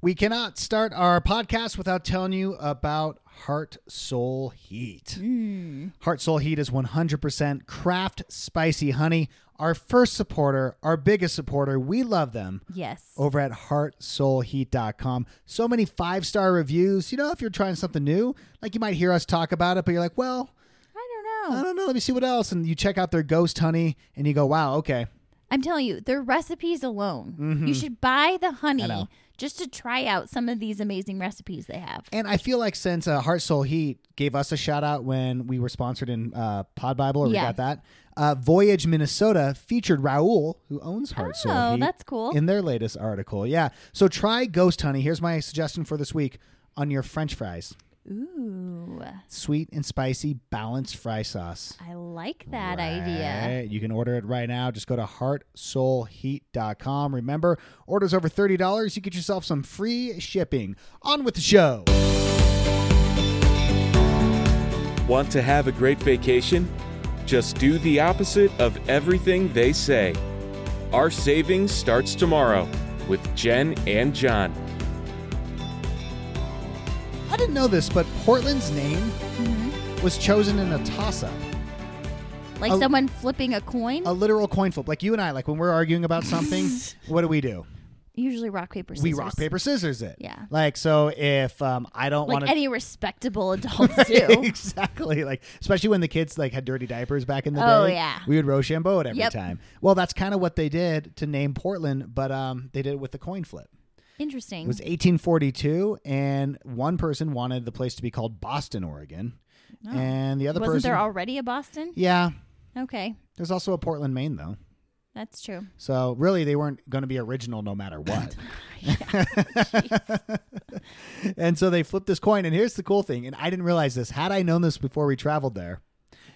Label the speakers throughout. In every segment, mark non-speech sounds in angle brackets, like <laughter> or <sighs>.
Speaker 1: We cannot start our podcast without telling you about Heart Soul Heat. Heart Soul Heat is 100% craft spicy honey. Our first supporter, our biggest supporter, we love them
Speaker 2: Yes.
Speaker 1: over at heartsoulheat.com. So many five star reviews. You know, if you're trying something new, like you might hear us talk about it, but you're like, well,
Speaker 2: I don't know.
Speaker 1: I don't know, let me see what else. And you check out their ghost honey and you go, wow, okay.
Speaker 2: I'm telling you, their recipes alone. You should buy the honey
Speaker 1: Mm-hmm. know.
Speaker 2: just to try out some of these amazing recipes they have.
Speaker 1: And I feel like since uh, Heart Soul Heat gave us a shout out when we were sponsored in uh, Pod Bible, or
Speaker 2: Yeah.
Speaker 1: we got that, uh, Voyage Minnesota featured Raul, who owns Heart Soul
Speaker 2: Oh,
Speaker 1: Heat.
Speaker 2: that's cool.
Speaker 1: In their latest article. Yeah. So try Ghost Honey. Here's my suggestion for this week on your French fries
Speaker 2: Ooh,
Speaker 1: sweet and spicy balanced fry sauce.
Speaker 2: I like that idea.
Speaker 1: Right. You can order it right now. Just go to heartsoulheat.com. Remember, orders over $30, you get yourself some free shipping. On with the show.
Speaker 3: Want to have a great vacation? Just do the opposite of everything they say. Our savings starts tomorrow with Jen and John.
Speaker 1: I didn't know this, but Portland's name
Speaker 2: Mm-hmm.
Speaker 1: was chosen in a toss up,
Speaker 2: Like
Speaker 1: Oh.
Speaker 2: someone flipping a coin.
Speaker 1: a literal coin flip. Like you and I, like when we're arguing
Speaker 2: <laughs>
Speaker 1: about something, what do we do?
Speaker 2: Usually rock paper scissors.
Speaker 1: We rock, paper, scissors it.
Speaker 2: Yeah.
Speaker 1: Like, so if um, I don't
Speaker 2: Like
Speaker 1: want to. <laughs>
Speaker 2: any respectable adults do.
Speaker 1: exactly. Like especially when the kids like had dirty diapers back in the
Speaker 2: Oh,
Speaker 1: day.
Speaker 2: yeah.
Speaker 1: We would Rochambeau it every
Speaker 2: Yep.
Speaker 1: time. Well, that's kind of what they did to name Portland, but um, they did it with the coin flip. It
Speaker 2: Interesting.
Speaker 1: was 1842, and one person wanted the place to be called Boston, Oregon, and the other
Speaker 2: Oh. Wasn't
Speaker 1: person.
Speaker 2: there already a Boston?
Speaker 1: yeah,
Speaker 2: Okay,
Speaker 1: there's also a Portland, Maine, though.
Speaker 2: that's true.
Speaker 1: So really, they weren't going to be original no matter
Speaker 2: <laughs>
Speaker 1: what. <laughs> and so they flipped this coin. And here's the cool thing. And I didn't realize this. Had I known this before we traveled there,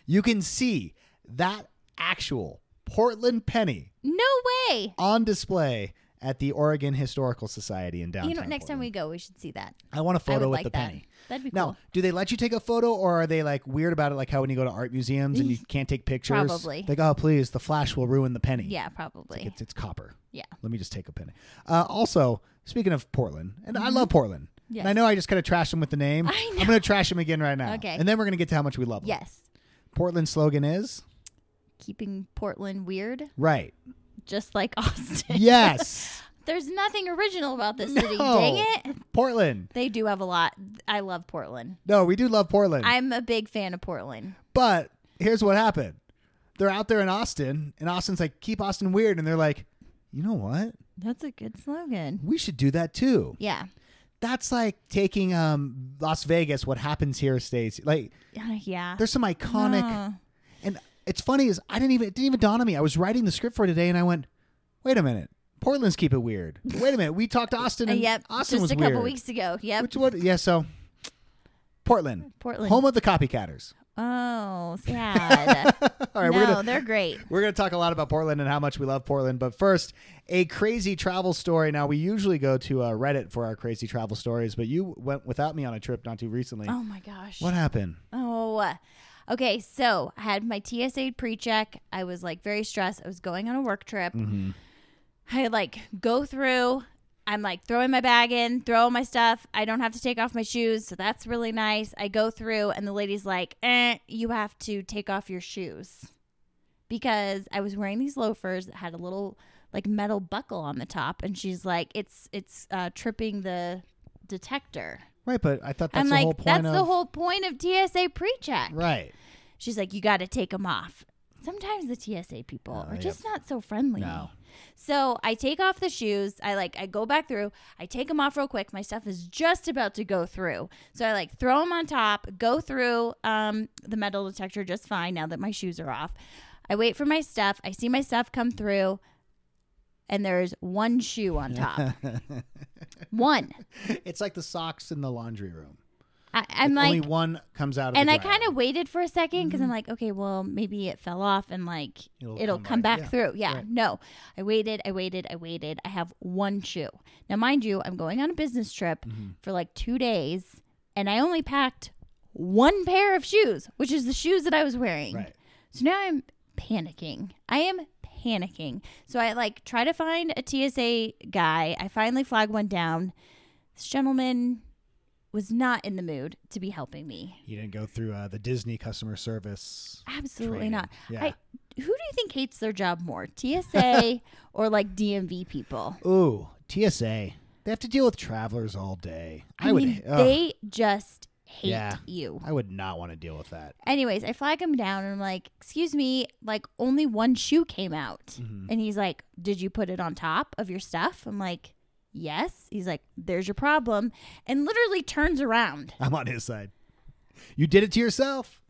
Speaker 1: you can see that actual Portland penny
Speaker 2: No way.
Speaker 1: on display at the Oregon Historical Society in downtown.
Speaker 2: You know, next time we
Speaker 1: Portland.
Speaker 2: go, we should see that.
Speaker 1: I want a
Speaker 2: I
Speaker 1: photo
Speaker 2: would
Speaker 1: with
Speaker 2: like
Speaker 1: the
Speaker 2: that.
Speaker 1: penny.
Speaker 2: That'd be
Speaker 1: Now,
Speaker 2: cool.
Speaker 1: do they let you take a photo, or are they like weird about it, like how when you go to art museums
Speaker 2: <laughs>
Speaker 1: and you can't take pictures?
Speaker 2: Probably.
Speaker 1: Like, oh, please, the flash will ruin the penny.
Speaker 2: Yeah, probably.
Speaker 1: It's, it's copper.
Speaker 2: Yeah.
Speaker 1: Let me just take a penny. Uh, also, speaking of Portland, and I love Portland. And I
Speaker 2: Mm-hmm. Yes.
Speaker 1: know I just kind of trashed him with the name.
Speaker 2: I
Speaker 1: I'm going to trash him again right now.
Speaker 2: Okay.
Speaker 1: And then we're going to get to how much we love him.
Speaker 2: Yes.
Speaker 1: Portland's slogan is
Speaker 2: Keeping Portland weird, <laughs>
Speaker 1: right.
Speaker 2: just like Austin.
Speaker 1: Yes.
Speaker 2: There's nothing original about this city.
Speaker 1: No.
Speaker 2: Dang it.
Speaker 1: Portland.
Speaker 2: They do have a lot. I love Portland.
Speaker 1: No, we do love Portland.
Speaker 2: I'm a big fan of Portland.
Speaker 1: but here's what happened. They're out there in Austin, and Austin's like, keep Austin weird. And they're like, you know what?
Speaker 2: That's a good slogan.
Speaker 1: We should do that too.
Speaker 2: Yeah. <sighs>
Speaker 1: That's like taking um, Las Vegas, what happens here stays. Like,
Speaker 2: Yeah, Yeah. Ah.
Speaker 1: there's some iconic.
Speaker 2: No.
Speaker 1: And it's funny is I didn't even it didn't even dawn on me. I was writing the script for today and I went, wait a minute, Portland's keep it weird. Wait a minute, we talked to Austin
Speaker 2: Uh,
Speaker 1: and
Speaker 2: yep.
Speaker 1: Austin
Speaker 2: just
Speaker 1: was
Speaker 2: a couple
Speaker 1: weird.
Speaker 2: weeks ago. Yep.
Speaker 1: Which what? Yeah, so Portland,
Speaker 2: Portland.
Speaker 1: home of the copycatters. <laughs>
Speaker 2: oh, sad.
Speaker 1: All right,
Speaker 2: no,
Speaker 1: we're gonna
Speaker 2: they're great.
Speaker 1: we're gonna talk a lot about Portland and how much we love Portland. But first, a crazy travel story. Now we usually go to uh, Reddit for our crazy travel stories, but you went without me on a trip not too recently.
Speaker 2: Oh my gosh.
Speaker 1: What happened?
Speaker 2: Oh, uh, okay. So I had my TSA pre check. I was like very stressed. I was going on a work trip. I like go through. I'm like throwing my bag in, throwing my stuff. I don't have to take off my shoes. So that's really nice. I go through, and the lady's like, eh, you have to take off your shoes. Because I was wearing these loafers that had a little like metal buckle on the top, and she's like, "It's it's uh, tripping the detector."
Speaker 1: Right, but I thought that's
Speaker 2: I'm
Speaker 1: the whole
Speaker 2: like,
Speaker 1: point
Speaker 2: "That's
Speaker 1: of
Speaker 2: the whole point of TSA pre-check."
Speaker 1: right.
Speaker 2: She's like, you got to take them off. Sometimes the TSA people are
Speaker 1: Oh, yep.
Speaker 2: just not so friendly.
Speaker 1: No.
Speaker 2: So I take off the shoes. I like, I go back through. I take them off real quick. My stuff is just about to go through. So I like throw them on top, go through um, the metal detector just fine now that my shoes are off. I wait for my stuff. I see my stuff come through, and there's one shoe
Speaker 1: <laughs>
Speaker 2: on top. one.
Speaker 1: It's like the socks in the laundry room.
Speaker 2: I, I'm
Speaker 1: only
Speaker 2: like,
Speaker 1: one comes out of
Speaker 2: and
Speaker 1: the
Speaker 2: I
Speaker 1: dryer.
Speaker 2: kind of waited for a second because I'm like, okay, well, maybe it fell off and like Mm-hmm. it'll, come, back, through. Yeah,
Speaker 1: Right.
Speaker 2: no. I waited, I waited, I waited. I have one shoe. Now, mind you, I'm going on a business trip for like two days and I only packed one pair of shoes, which is the shoes that I was wearing.
Speaker 1: Right.
Speaker 2: So now I'm panicking. I am panicking. So I like try to find a TSA guy. I finally flag one down. This gentleman was not in the mood to be helping me.
Speaker 1: You didn't go through uh, the Disney customer service.
Speaker 2: Absolutely
Speaker 1: Training,
Speaker 2: not.
Speaker 1: yeah.
Speaker 2: I, who do you think hates their job more, TSA
Speaker 1: <laughs>
Speaker 2: or like DMV people?
Speaker 1: Ooh, TSA. They have to deal with travelers all day. I, would.
Speaker 2: mean,
Speaker 1: ugh,
Speaker 2: they just hate
Speaker 1: Yeah.
Speaker 2: you.
Speaker 1: I would not want to deal with that.
Speaker 2: Anyways, I flag him down and I'm like, "Excuse me, like only one shoe came out."
Speaker 1: Mm-hmm.
Speaker 2: And he's like, "Did you put it on top of your stuff?" I'm like, "Yes." He's like, "There's your problem." And literally turns around.
Speaker 1: I'm on his side. You did it to yourself.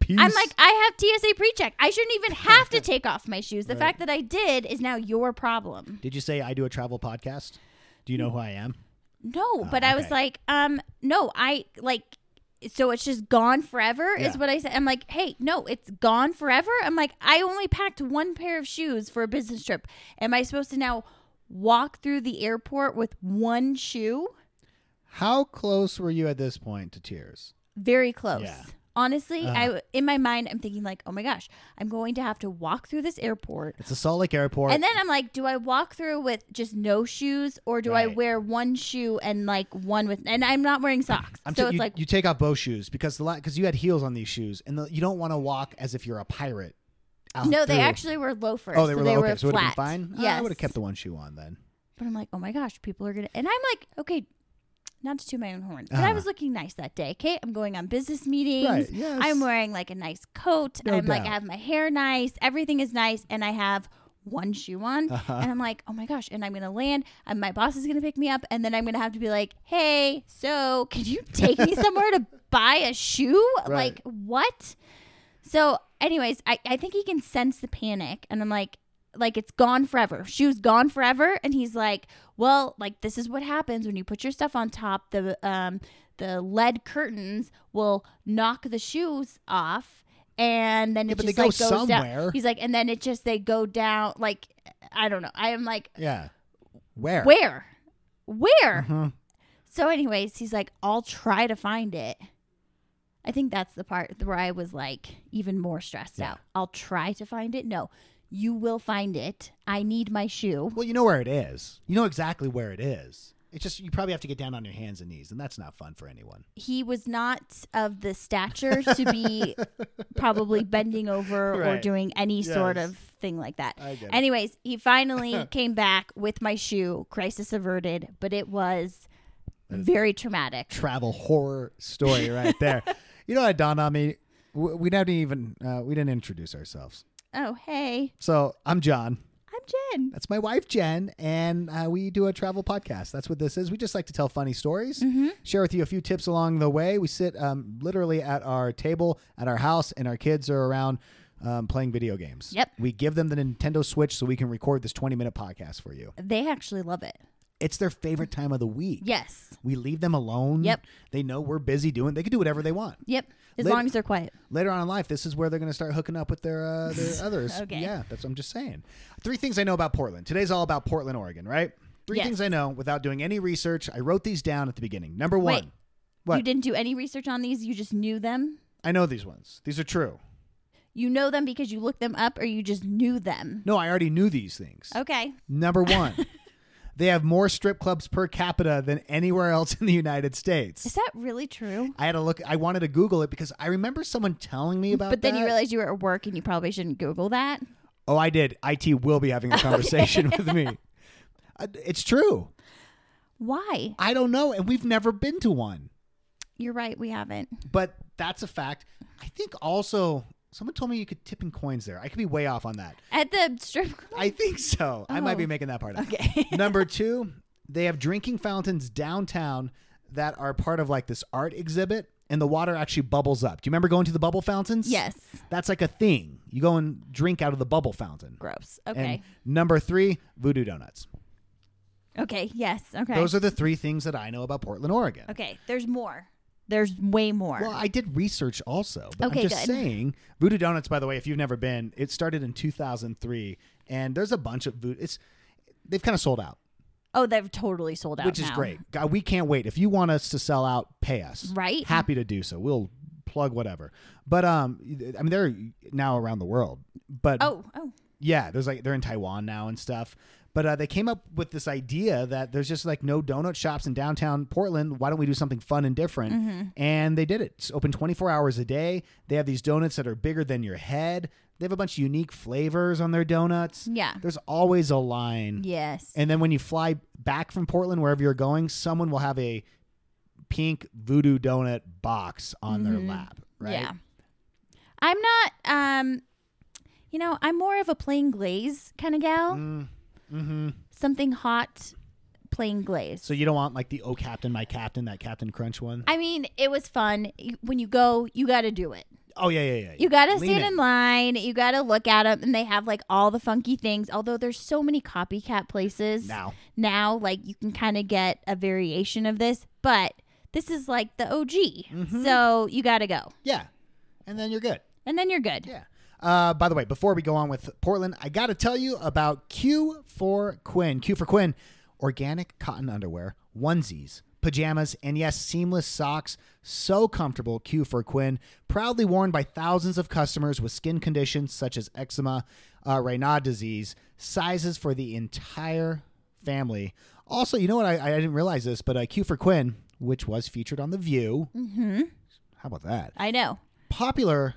Speaker 1: Peace.
Speaker 2: I'm like, "I have TSA pre-check. I shouldn't
Speaker 1: <laughs>
Speaker 2: even have to take off my shoes. The fact that I did is now your problem."
Speaker 1: Did you say I do a travel podcast? Do you know who I am?
Speaker 2: No, but I was
Speaker 1: Oh, okay.
Speaker 2: like, "Um, no, I like so it's just gone forever is
Speaker 1: Yeah.
Speaker 2: what I said. I'm like, hey, no, it's gone forever. I'm like, I only packed one pair of shoes for a business trip. Am I supposed to now walk through the airport with one shoe?
Speaker 1: How close were you at this point to tears?
Speaker 2: Very close.
Speaker 1: Yeah. Uh-huh.
Speaker 2: Honestly, I in my mind I'm thinking like, oh my gosh, I'm going to have to walk through this airport.
Speaker 1: It's a Salt Lake airport.
Speaker 2: And then I'm like, do I walk through with just no shoes or do I
Speaker 1: Right.
Speaker 2: wear one shoe and like one with and I'm not wearing socks.
Speaker 1: I'm
Speaker 2: so
Speaker 1: t-
Speaker 2: it's
Speaker 1: you,
Speaker 2: like
Speaker 1: you take off both shoes because the because you had heels on these shoes, and the, you don't want to walk as if you're a pirate. out
Speaker 2: No, they
Speaker 1: through.
Speaker 2: actually were loafers.
Speaker 1: Oh, they were
Speaker 2: so
Speaker 1: low.
Speaker 2: they
Speaker 1: okay,
Speaker 2: were
Speaker 1: so it would have
Speaker 2: flat.
Speaker 1: been fine. Ah,
Speaker 2: Yes.
Speaker 1: I would have kept the one shoe on then.
Speaker 2: But I'm like, oh my gosh, people are gonna. And I'm like, okay, not to toot my own horn, but I
Speaker 1: Uh-huh.
Speaker 2: was looking nice that day. Okay, I'm going on business meetings.
Speaker 1: Right, yes.
Speaker 2: I'm wearing like a nice coat.
Speaker 1: No
Speaker 2: I'm like, I
Speaker 1: doubt.
Speaker 2: have my hair nice. Everything is nice, and I have one shoe on.
Speaker 1: Uh-huh.
Speaker 2: And I'm like, oh my gosh, and I'm gonna land. And my boss is gonna pick me up, and then I'm gonna have to be like, hey, so can you take me somewhere
Speaker 1: <laughs>
Speaker 2: to buy a shoe?
Speaker 1: Right.
Speaker 2: Like what? So, anyways, I, I think he can sense the panic, and I'm like, like it's gone forever. Shoes gone forever, and he's like, well, like this is what happens when you put your stuff on top. The um the lead curtains will knock the shoes off, and then
Speaker 1: Yeah,
Speaker 2: it
Speaker 1: but
Speaker 2: just
Speaker 1: they
Speaker 2: like
Speaker 1: go
Speaker 2: goes
Speaker 1: somewhere.
Speaker 2: down. He's like, and then it just they go down. Like I don't know. I am like,
Speaker 1: Yeah. Where?
Speaker 2: where, where?
Speaker 1: Uh-huh.
Speaker 2: So, anyways, he's like, I'll try to find it. I think that's the part where I was like even more stressed out. I'll try to find it. No, you will find it. I need my shoe.
Speaker 1: Well, you know where it is. You know exactly where it is. It's just you probably have to get down on your hands and knees, and that's not fun for anyone.
Speaker 2: He was not of the stature to
Speaker 1: <laughs>
Speaker 2: be probably bending over or
Speaker 1: Right.
Speaker 2: doing any sort
Speaker 1: Yes.
Speaker 2: of thing like that.
Speaker 1: I get it.
Speaker 2: Anyways,
Speaker 1: <laughs>
Speaker 2: he finally came back with my shoe, crisis averted, but it was very traumatic.
Speaker 1: Travel horror story
Speaker 2: <laughs>
Speaker 1: right there. you know what dawned on me? W- We didn't even uh, we didn't introduce ourselves.
Speaker 2: Oh, hey,
Speaker 1: So I'm John.
Speaker 2: I'm Jen.
Speaker 1: That's my wife Jen, and uh, we do a travel podcast. That's what this is. We just like to tell funny stories,
Speaker 2: Mm-hmm.
Speaker 1: share with you a few tips along the way. We sit um, literally at our table at our house, and our kids are around um, playing video games.
Speaker 2: Yep.
Speaker 1: We give them the Nintendo Switch so we can record this 20 minute podcast for you.
Speaker 2: They actually love it.
Speaker 1: It's their favorite time of the week.
Speaker 2: Yes.
Speaker 1: We leave them alone.
Speaker 2: Yep.
Speaker 1: They know we're busy doing. They can do whatever they want.
Speaker 2: Yep. As
Speaker 1: Later-
Speaker 2: long as they're quiet.
Speaker 1: Later on in life, this is where they're going to start hooking up with their uh, their
Speaker 2: <laughs>
Speaker 1: others.
Speaker 2: Okay.
Speaker 1: Yeah, that's what I'm just saying. Three things I know about Portland. Today's all about Portland, Oregon, right? Three
Speaker 2: Yes.
Speaker 1: things I know without doing any research. I wrote these down at the beginning. Number one,
Speaker 2: Wait.
Speaker 1: What?
Speaker 2: You didn't do any research on these. You just knew them.
Speaker 1: I know these ones. These are true.
Speaker 2: You know them because you looked them up or you just knew them.
Speaker 1: No, I already knew these things.
Speaker 2: Okay.
Speaker 1: Number
Speaker 2: <laughs>
Speaker 1: one, they have more strip clubs per capita than anywhere else in the United States.
Speaker 2: Is that really true?
Speaker 1: I had to look. I wanted to Google it because I remember someone telling me about.
Speaker 2: But then you
Speaker 1: that.
Speaker 2: realized you were at work and you probably shouldn't Google that.
Speaker 1: Oh, I did. IT will be
Speaker 2: <laughs>
Speaker 1: having a conversation with me. Uh, It's true.
Speaker 2: Why?
Speaker 1: I don't know. And we've never been to one.
Speaker 2: You're right. We haven't.
Speaker 1: But that's a fact. I think also someone told me you could tip in coins there. I could be way off on that.
Speaker 2: At the strip club.
Speaker 1: I think so. I might
Speaker 2: Oh.
Speaker 1: be making that part up.
Speaker 2: Okay. <laughs>
Speaker 1: Number two, they have drinking fountains downtown that are part of like this art exhibit, and the water actually bubbles up. Do you remember going to the bubble fountains?
Speaker 2: Yes.
Speaker 1: That's like a thing. You go and drink out of the bubble fountain.
Speaker 2: Gross.
Speaker 1: And
Speaker 2: Okay.
Speaker 1: number three, voodoo donuts.
Speaker 2: okay. Yes. Okay.
Speaker 1: Those are the three things that I know about Portland, Oregon.
Speaker 2: okay. There's more. There's way more.
Speaker 1: Well, I did research also, but
Speaker 2: Okay,
Speaker 1: I'm just
Speaker 2: good.
Speaker 1: saying Voodoo Donuts. By the way, if you've never been, it started in 2003, and there's a bunch of voodoo. It's they've kind of sold out,
Speaker 2: oh, they've totally sold out.
Speaker 1: which is
Speaker 2: now.
Speaker 1: great. God, we can't wait. If you want us to sell out, pay us.
Speaker 2: Right?
Speaker 1: Happy to do so. We'll plug whatever. But um, I mean, they're now around the world. But
Speaker 2: Oh. Oh.
Speaker 1: yeah, there's like they're in Taiwan now and stuff. But uh, they came up with this idea that there's just like no donut shops in downtown Portland. Why don't we do something fun and different?
Speaker 2: Mm-hmm.
Speaker 1: And they did it. It's open 24 hours a day. They have these donuts that are bigger than your head. They have a bunch of unique flavors on their donuts.
Speaker 2: Yeah.
Speaker 1: There's always a line.
Speaker 2: Yes.
Speaker 1: And then when you fly back from Portland, wherever you're going, someone will have a pink voodoo donut box on their lap, right?
Speaker 2: Mm-hmm. Yeah. I'm not um you know, I'm more of a plain glaze kind of gal.
Speaker 1: Mm, hmm
Speaker 2: Something hot, plain glaze.
Speaker 1: So you don't want like the oh captain, my captain, that Captain Crunch one?
Speaker 2: I mean, it was fun. You- When you go, you got to do it.
Speaker 1: oh yeah, yeah, yeah. yeah.
Speaker 2: You got to
Speaker 1: Lean
Speaker 2: stand in line. You got to look at them. And they have like all the funky things. Although there's so many copycat places
Speaker 1: now.
Speaker 2: now, like you can kind of get a variation of this. But this is like the OG.
Speaker 1: Mm-hmm.
Speaker 2: So you got to go.
Speaker 1: Yeah, and then you're good.
Speaker 2: And then you're good.
Speaker 1: Yeah. Uh, by the way, before we go on with Portland, I got to tell you about Q for Quinn. Q for Quinn, organic cotton underwear, onesies, pajamas, and yes, seamless socks. So comfortable, Q for Quinn. Proudly worn by thousands of customers with skin conditions such as eczema, uh, Raynaud disease, sizes for the entire family. Also, you know what? I, I didn't realize this, but uh, Q for Quinn, which was featured on The View. Mm-hmm. How about that?
Speaker 2: I know.
Speaker 1: popular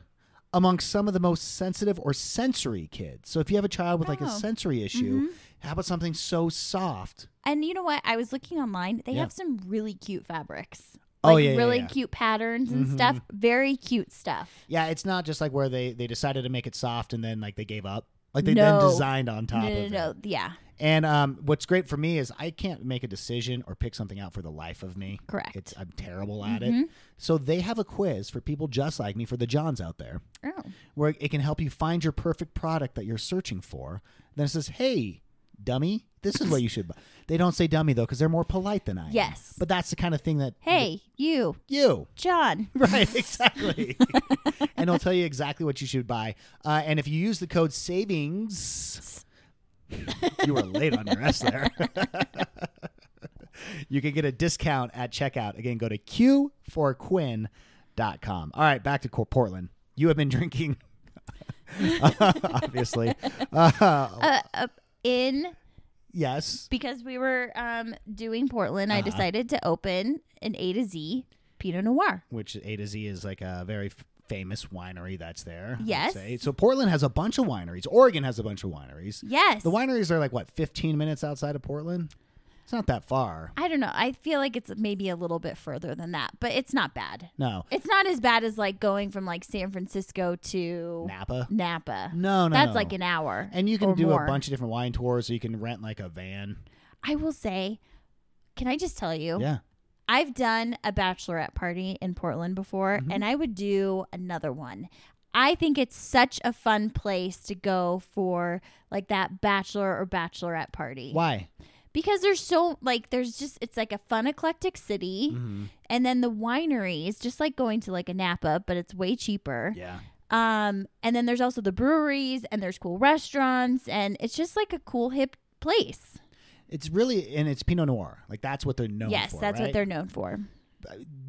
Speaker 1: among some of the most sensitive or sensory kids. So if you have a child with like a
Speaker 2: Oh.
Speaker 1: sensory issue, how about something so soft?
Speaker 2: And you know what? I was looking online. They
Speaker 1: Yeah.
Speaker 2: have some really cute fabrics.
Speaker 1: Oh,
Speaker 2: Like
Speaker 1: yeah, yeah,
Speaker 2: really
Speaker 1: yeah. Mm-hmm,
Speaker 2: cute patterns and stuff. Very cute stuff.
Speaker 1: Yeah, it's not just like where they they decided to make it soft and then like they gave up. Like they then
Speaker 2: No.
Speaker 1: designed on top
Speaker 2: no, no,
Speaker 1: of
Speaker 2: no.
Speaker 1: it.
Speaker 2: Yeah,
Speaker 1: And um, what's great for me is I can't make a decision or pick something out for the life of me.
Speaker 2: Correct. Mm-hmm.
Speaker 1: It's uh, I'm terrible at it. So they have a quiz for people just like me for the Johns out there.
Speaker 2: Oh.
Speaker 1: where it can help you find your perfect product that you're searching for. Then it says, "Hey, dummy, this is what you should buy." They don't say "dummy" though, because they're more polite than I am.
Speaker 2: Yes.
Speaker 1: but that's the kind of thing that
Speaker 2: Hey, you,
Speaker 1: you.
Speaker 2: John.
Speaker 1: <laughs> Right, exactly. <laughs> and it'll tell you exactly what you should buy. Uh, and if you use the code SAVINGS, you were late on your S there. <laughs> you can get a discount at checkout. Again, go to q4quinn.com. All right, back to Cor- Portland. You have been drinking, <laughs> obviously. Uh,
Speaker 2: Uh, uh, in
Speaker 1: yes.
Speaker 2: because we were um, doing Portland,
Speaker 1: Uh-huh.
Speaker 2: I decided to open an A to Z Pinot Noir.
Speaker 1: which A to Z is like a very f- famous winery that's there. I'd
Speaker 2: Yes.
Speaker 1: say. So Portland has a bunch of wineries. Oregon has a bunch of wineries.
Speaker 2: Yes,
Speaker 1: The wineries are like what, 15 minutes outside of Portland? It's not that far.
Speaker 2: I don't know. I feel like it's maybe a little bit further than that, but it's not bad.
Speaker 1: No.
Speaker 2: It's not as bad as like going from like San Francisco to
Speaker 1: Napa?
Speaker 2: Napa.
Speaker 1: No, no,
Speaker 2: that's
Speaker 1: no.
Speaker 2: like an hour.
Speaker 1: And you can
Speaker 2: or
Speaker 1: do
Speaker 2: more.
Speaker 1: a bunch of different wine tours, or you can rent like a van.
Speaker 2: I will say, can I just tell you?
Speaker 1: Yeah.
Speaker 2: I've done a bachelorette party in Portland before,
Speaker 1: Mm-hmm.
Speaker 2: and I would do another one. I think it's such a fun place to go for like that bachelor or bachelorette party.
Speaker 1: Why?
Speaker 2: Because there's so like there's just it's like a fun eclectic city
Speaker 1: Mm-hmm.
Speaker 2: and then the wineries just like going to like a Napa but it's way cheaper.
Speaker 1: Yeah.
Speaker 2: Um and then there's also the breweries and there's cool restaurants and it's just like a cool hip place.
Speaker 1: It's really, and it's Pinot Noir. Like that's what they're known
Speaker 2: yes,
Speaker 1: for.
Speaker 2: that's what
Speaker 1: right? Uh,
Speaker 2: they're known for.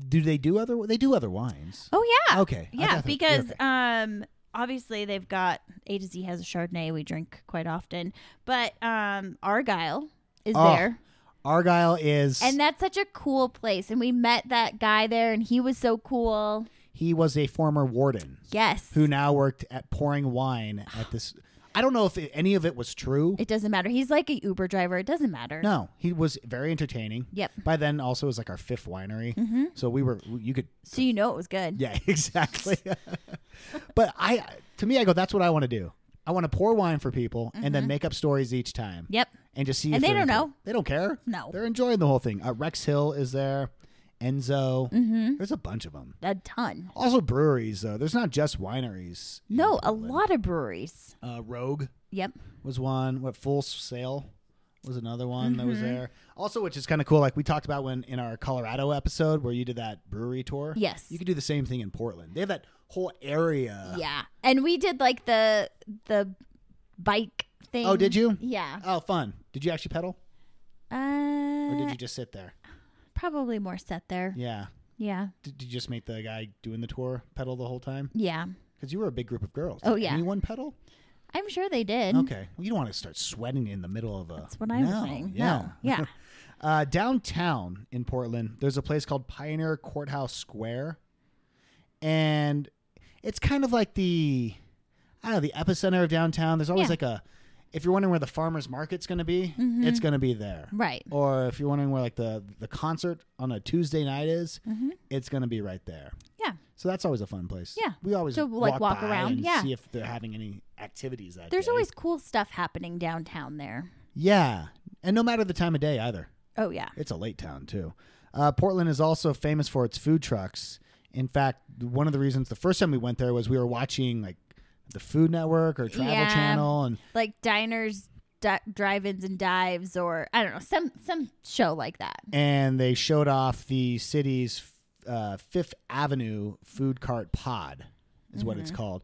Speaker 1: Do they do other? They do other wines.
Speaker 2: Oh yeah.
Speaker 1: Okay. I
Speaker 2: Yeah,
Speaker 1: thought that-
Speaker 2: because
Speaker 1: okay.
Speaker 2: um obviously they've got A to Z has a Chardonnay we drink quite often, but um Argyle is
Speaker 1: Oh.
Speaker 2: there.
Speaker 1: Argyle is.
Speaker 2: And that's such a cool place and we met that guy there and he was so cool.
Speaker 1: he was a former warden.
Speaker 2: Yes.
Speaker 1: who now worked at pouring wine at this. I don't know if it, any of it was true.
Speaker 2: It doesn't matter. He's like a Uber driver. It doesn't matter.
Speaker 1: no, he was very entertaining.
Speaker 2: Yep.
Speaker 1: By then, also it was like our fifth winery,
Speaker 2: Mm-hmm.
Speaker 1: so we were you could
Speaker 2: So you know it was good.
Speaker 1: yeah <laughs> exactly.
Speaker 2: <laughs>
Speaker 1: but I to me I go that's what I want to do. I want to pour wine for people and then make up stories each time.
Speaker 2: Yep.
Speaker 1: And just see.
Speaker 2: Mm-hmm. And
Speaker 1: if
Speaker 2: they
Speaker 1: they're
Speaker 2: don't
Speaker 1: into it.
Speaker 2: know.
Speaker 1: They don't care.
Speaker 2: No.
Speaker 1: They're enjoying the whole thing. Uh, Rex Hill is there. Enzo. Mm-hmm. There's a bunch of them.
Speaker 2: A ton.
Speaker 1: Also breweries though. There's not just wineries. in
Speaker 2: No, a
Speaker 1: Portland.
Speaker 2: lot of breweries.
Speaker 1: Uh, Rogue.
Speaker 2: Yep.
Speaker 1: was one. What Full Sail was another one that
Speaker 2: Mm-hmm.
Speaker 1: was there. Also, which is kind of cool. Like we talked about when in our Colorado episode where you did that brewery tour.
Speaker 2: Yes.
Speaker 1: you could uh, do the same thing in Portland. They have that whole area.
Speaker 2: yeah. And we did like the the bike thing.
Speaker 1: Oh, did you?
Speaker 2: Yeah.
Speaker 1: Oh, fun. Did you actually pedal,
Speaker 2: Uh,
Speaker 1: or Oh, did you just sit there?
Speaker 2: probably more set there.
Speaker 1: Yeah.
Speaker 2: Yeah.
Speaker 1: Did, did you just make the guy doing the tour pedal the whole time?
Speaker 2: Yeah.
Speaker 1: Because you were a big group of girls.
Speaker 2: Oh,
Speaker 1: Did
Speaker 2: yeah.
Speaker 1: Anyone pedal?
Speaker 2: I'm sure they did.
Speaker 1: Okay. Well, you don't want to start sweating in the middle of a.
Speaker 2: That's what I was
Speaker 1: No,
Speaker 2: saying.
Speaker 1: Yeah. <laughs>
Speaker 2: No. Yeah.
Speaker 1: Uh, downtown in Portland, there's a place called Pioneer Courthouse Square, and it's kind of like the, I don't know, the epicenter of downtown. There's always
Speaker 2: Yeah. Mm-hmm.
Speaker 1: like a, if you're wondering where the farmers market's going to be, it's going to be there.
Speaker 2: Right.
Speaker 1: Or if you're wondering where like the the concert on a Tuesday night is,
Speaker 2: Mm-hmm.
Speaker 1: it's going to be right there.
Speaker 2: Yeah.
Speaker 1: So that's always a fun place.
Speaker 2: Yeah.
Speaker 1: we always
Speaker 2: To, like, walk
Speaker 1: by
Speaker 2: around,
Speaker 1: and
Speaker 2: yeah.
Speaker 1: see if they're having any activities that
Speaker 2: There's
Speaker 1: day.
Speaker 2: always cool stuff happening downtown there.
Speaker 1: yeah, and no matter the time of day either.
Speaker 2: Oh yeah.
Speaker 1: It's a late town too. Uh, Portland is also famous for its food trucks. In fact, one of the reasons the first time we went there was we were watching like the Food Network or Travel
Speaker 2: Yeah.
Speaker 1: Channel, and
Speaker 2: Like diners, di- drive-ins and dives or I don't know, some some show like that.
Speaker 1: and they showed off the city's uh, Fifth Avenue food cart pod, is what
Speaker 2: Mm-hmm.
Speaker 1: it's called.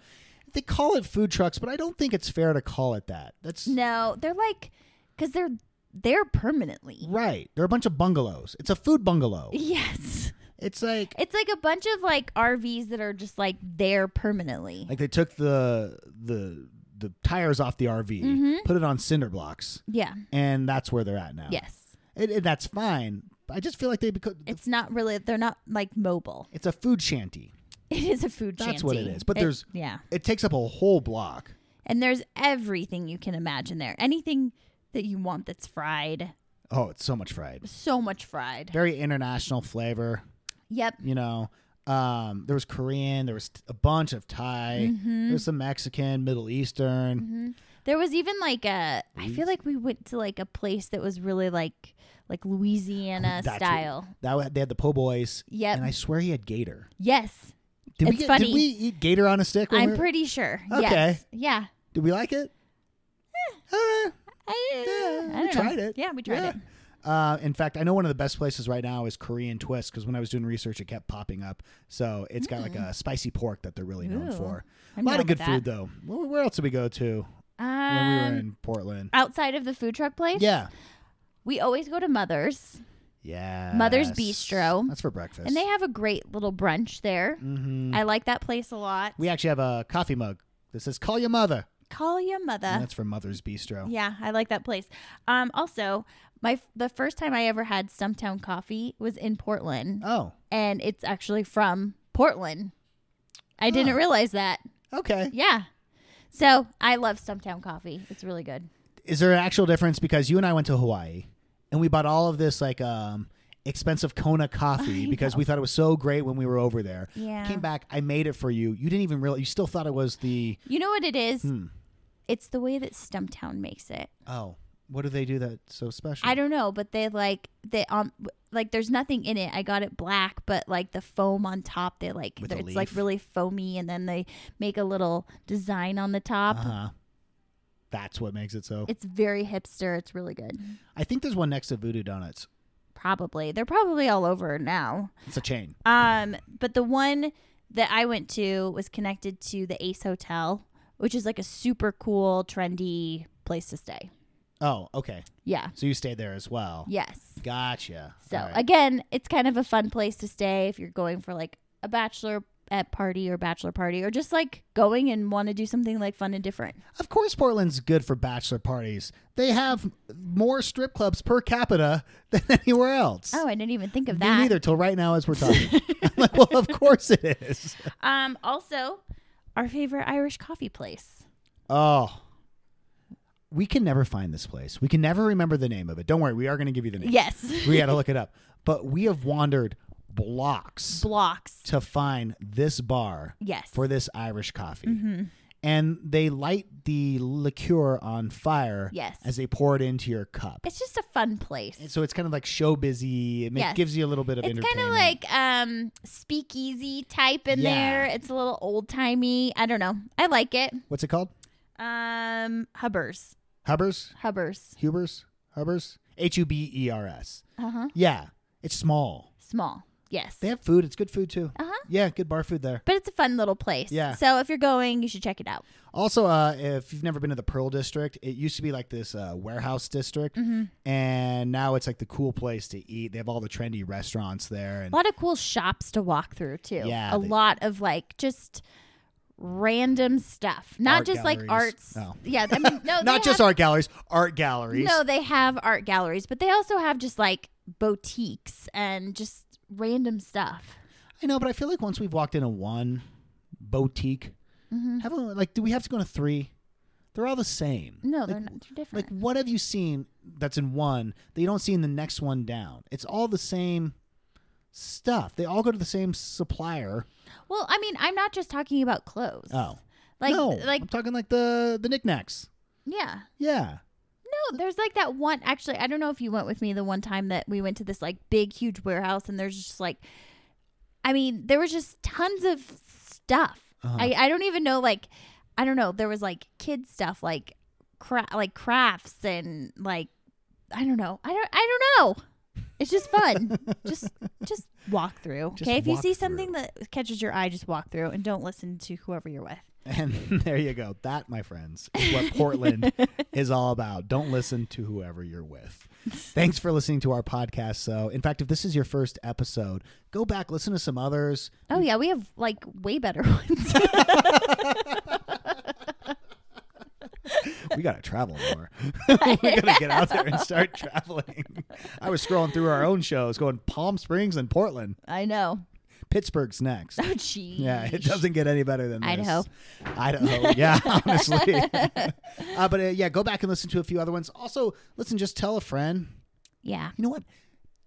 Speaker 1: They call it food trucks, but I don't think it's fair to call it that. That's
Speaker 2: No, they're like cuz they're there permanently.
Speaker 1: right. They're a bunch of bungalows. It's a food bungalow.
Speaker 2: Yes.
Speaker 1: It's like
Speaker 2: It's like a bunch of like RVs that are just like there permanently.
Speaker 1: Like they took the the the tires off the RV,
Speaker 2: Mm-hmm.
Speaker 1: put it on cinder blocks,
Speaker 2: yeah.
Speaker 1: and that's where they're at now.
Speaker 2: Yes.
Speaker 1: and, and that's fine. I just feel like they because
Speaker 2: It's not really they're not like mobile. <laughs>
Speaker 1: it's a food shanty.
Speaker 2: It is a food
Speaker 1: That's what
Speaker 2: shanty.
Speaker 1: it is. But
Speaker 2: It-
Speaker 1: there's
Speaker 2: yeah.
Speaker 1: it takes up a whole block.
Speaker 2: And there's everything you can imagine there. Anything that you want that's fried.
Speaker 1: Oh, it's so much fried.
Speaker 2: So much fried.
Speaker 1: Very international flavor,
Speaker 2: Yep.
Speaker 1: you know. Um, there was Korean, there was a bunch of Thai,
Speaker 2: Mm-hmm.
Speaker 1: there was some Mexican, Middle Eastern.
Speaker 2: There was even like a I feel like we went to like a place that was really like like Louisiana
Speaker 1: That's what-
Speaker 2: style.
Speaker 1: that wa- they had the po' boys.
Speaker 2: Yep.
Speaker 1: and I swear he had gator.
Speaker 2: Yes.
Speaker 1: Did we
Speaker 2: It's
Speaker 1: get,
Speaker 2: funny.
Speaker 1: did we eat gator on a stick? when we
Speaker 2: I'm
Speaker 1: were-
Speaker 2: pretty sure.
Speaker 1: Okay.
Speaker 2: Yes. Yeah.
Speaker 1: Did we like it? Eh,
Speaker 2: I,
Speaker 1: yeah,
Speaker 2: I
Speaker 1: we
Speaker 2: don't
Speaker 1: tried
Speaker 2: know.
Speaker 1: it.
Speaker 2: Yeah, we tried
Speaker 1: Yeah.
Speaker 2: it.
Speaker 1: Uh, in fact, I know one of the best places right now is Korean Twist because when I was doing research, it kept popping up. So it's got like a spicy pork that they're really known
Speaker 2: Hmm. Ooh,
Speaker 1: for.
Speaker 2: I'm
Speaker 1: a lot of
Speaker 2: down
Speaker 1: good
Speaker 2: with
Speaker 1: food
Speaker 2: that.
Speaker 1: though. Where, where else did we go to when we were
Speaker 2: Um,
Speaker 1: in Portland?
Speaker 2: outside of the food truck place,
Speaker 1: Yeah,
Speaker 2: we always go to Mother's,
Speaker 1: yeah.
Speaker 2: Mother's Bistro.
Speaker 1: That's for breakfast.
Speaker 2: and they have a great little brunch there. I like that place a lot.
Speaker 1: Mm-hmm. we actually have a coffee mug that says "Call your mother."
Speaker 2: Call your
Speaker 1: and
Speaker 2: mother.
Speaker 1: that's for Mother's Bistro.
Speaker 2: Uh. Yeah, I like that place. Um, also, my the first time I ever had Stumptown coffee was in Portland,
Speaker 1: Oh,
Speaker 2: and it's actually from Portland. I didn't realize that.
Speaker 1: okay.
Speaker 2: Yeah. So I love Stumptown coffee. It's really good.
Speaker 1: is there an actual difference because you and I went to Hawaii and we bought all of this like um expensive Kona coffee because we thought it was so great when we were over there.
Speaker 2: Yeah.
Speaker 1: Came back, I made it for you. You didn't even realize you still thought it was the
Speaker 2: You know what it is?
Speaker 1: Hmm.
Speaker 2: It's the way that Stumptown makes it.
Speaker 1: oh, what do they do that's so special?
Speaker 2: I don't know, but they like they on like there's nothing in it. I got it black, but like the foam on top, they like
Speaker 1: With a
Speaker 2: it's like
Speaker 1: leaf?
Speaker 2: really foamy, and then they make a little design on the top.
Speaker 1: uh-huh. That's what makes it so.
Speaker 2: It's very hipster. It's really good.
Speaker 1: I think there's one next to Voodoo Donuts.
Speaker 2: Probably they're probably all over now.
Speaker 1: It's a chain.
Speaker 2: Um, but the one that I went to was connected to the Ace Hotel, which is like a super cool, trendy place to stay.
Speaker 1: Oh, okay.
Speaker 2: Yeah.
Speaker 1: So you stayed there as well.
Speaker 2: Yes.
Speaker 1: Gotcha.
Speaker 2: So
Speaker 1: All right.
Speaker 2: again, it's kind of a fun place to stay if you're going for like a bachelor at party or bachelor party or just like going and want to do something like fun and different.
Speaker 1: Of course, Portland's good for bachelor parties. They have more strip clubs per capita <laughs> than anywhere else.
Speaker 2: Oh, I didn't even think of
Speaker 1: Me
Speaker 2: that.
Speaker 1: neither till right now as we're
Speaker 2: <laughs>
Speaker 1: talking. <laughs> I'm like, well, of course it is.
Speaker 2: Um also our favorite Irish coffee place.
Speaker 1: Oh. We can never find this place. We can never remember the name of it. Don't worry, we are going to give you the name.
Speaker 2: Yes. <laughs>
Speaker 1: We got to look it up. But we have wandered blocks
Speaker 2: Blocks.
Speaker 1: to find this bar
Speaker 2: Yes. Mm-hmm.
Speaker 1: for this Irish coffee. And they light the liqueur on fire
Speaker 2: Yes.
Speaker 1: as they pour it into your cup.
Speaker 2: it's just a fun place.
Speaker 1: And so it's kind of like show busy. It ma-
Speaker 2: Yes.
Speaker 1: gives you a little bit of
Speaker 2: It's kind of
Speaker 1: entertainment.
Speaker 2: like um speakeasy type in
Speaker 1: Yeah.
Speaker 2: there. It's a little old timey. I don't know. I like it.
Speaker 1: What's it called?
Speaker 2: Um Hubbers.
Speaker 1: Hubbers?
Speaker 2: Hubbers.
Speaker 1: Hubers? Hubbers? H U B E R S.
Speaker 2: Uh-huh.
Speaker 1: Yeah. It's small.
Speaker 2: Small. Yes.
Speaker 1: They have food. It's good food too.
Speaker 2: Uh-huh.
Speaker 1: Yeah, good bar food there.
Speaker 2: But it's a fun little place.
Speaker 1: Yeah.
Speaker 2: So if you're going, you should check it out.
Speaker 1: Also, uh, if you've never been to the Pearl District, it used to be like this uh, warehouse district,
Speaker 2: Mm-hmm.
Speaker 1: and now it's like the cool place to eat. They have all the trendy restaurants there, and
Speaker 2: A lot of cool shops to walk through too.
Speaker 1: Yeah,
Speaker 2: A
Speaker 1: they-
Speaker 2: lot of like just random stuff, not
Speaker 1: Art
Speaker 2: just like
Speaker 1: galleries.
Speaker 2: arts.
Speaker 1: No.
Speaker 2: Yeah, I mean,
Speaker 1: <laughs>
Speaker 2: no,
Speaker 1: Not
Speaker 2: they
Speaker 1: just
Speaker 2: have-
Speaker 1: art galleries, art galleries.
Speaker 2: No, they have art galleries, but they also have just like boutiques and just random stuff.
Speaker 1: I know, but I feel like once we've walked into one boutique,
Speaker 2: Mm-hmm.
Speaker 1: haven't like do we have to go into three? They're all the same.
Speaker 2: No,
Speaker 1: Like,
Speaker 2: they're not. They're different.
Speaker 1: Like what have you seen that's in one that you don't see in the next one down? It's all the same stuff. They all go to the same supplier.
Speaker 2: well, I mean, I'm not just talking about clothes.
Speaker 1: Oh.
Speaker 2: like
Speaker 1: no,
Speaker 2: like
Speaker 1: I'm talking like the the knickknacks.
Speaker 2: yeah.
Speaker 1: Yeah. <laughs>
Speaker 2: No, there's like that one. Actually, I don't know if you went with me the one time that we went to this like big, huge warehouse, and there's just like, I mean, there was just tons of stuff.
Speaker 1: Uh-huh.
Speaker 2: I I don't even know like, I don't know. There was like kid stuff like, cra- like crafts and like, I don't know. I don't I don't know. It's just
Speaker 1: <laughs>
Speaker 2: fun. just just walk through.
Speaker 1: Just
Speaker 2: Okay, if you
Speaker 1: walk
Speaker 2: see something that catches your eye, just walk through and don't listen to whoever you're with.
Speaker 1: And <laughs> there you go. That, my friends, is what
Speaker 2: <laughs>
Speaker 1: Portland is all about. Don't listen to whoever you're with. Thanks for listening to our podcast. So, in fact, if this is your first episode, go back, listen to some others.
Speaker 2: Oh yeah, we have like way better <laughs> ones.
Speaker 1: We got to travel more. <laughs> we got to get out there and start traveling. I was scrolling through our own shows, going Palm Springs and Portland.
Speaker 2: I know.
Speaker 1: Pittsburgh's next.
Speaker 2: Oh jeez.
Speaker 1: Yeah, it doesn't get any better than this.
Speaker 2: Idaho.
Speaker 1: Idaho, yeah, honestly. <laughs> uh, but uh, yeah, go back and listen to a few other ones. Also, listen, just tell a friend.
Speaker 2: Yeah.
Speaker 1: you know what?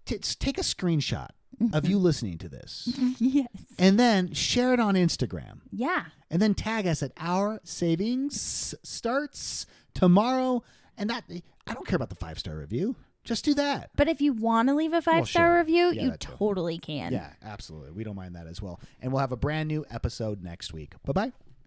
Speaker 1: T- s- take a screenshot of you listening to this
Speaker 2: Yes.
Speaker 1: and then share it on Instagram
Speaker 2: Yeah.
Speaker 1: and then tag us at our savings starts tomorrow. And that, I don't care about the five star review. Just do that.
Speaker 2: But if you want to leave a five star
Speaker 1: sure.
Speaker 2: review,
Speaker 1: Yeah,
Speaker 2: you
Speaker 1: that too.
Speaker 2: totally can.
Speaker 1: Yeah, absolutely. We don't mind that as well. And we'll have a brand new episode next week. Bye bye.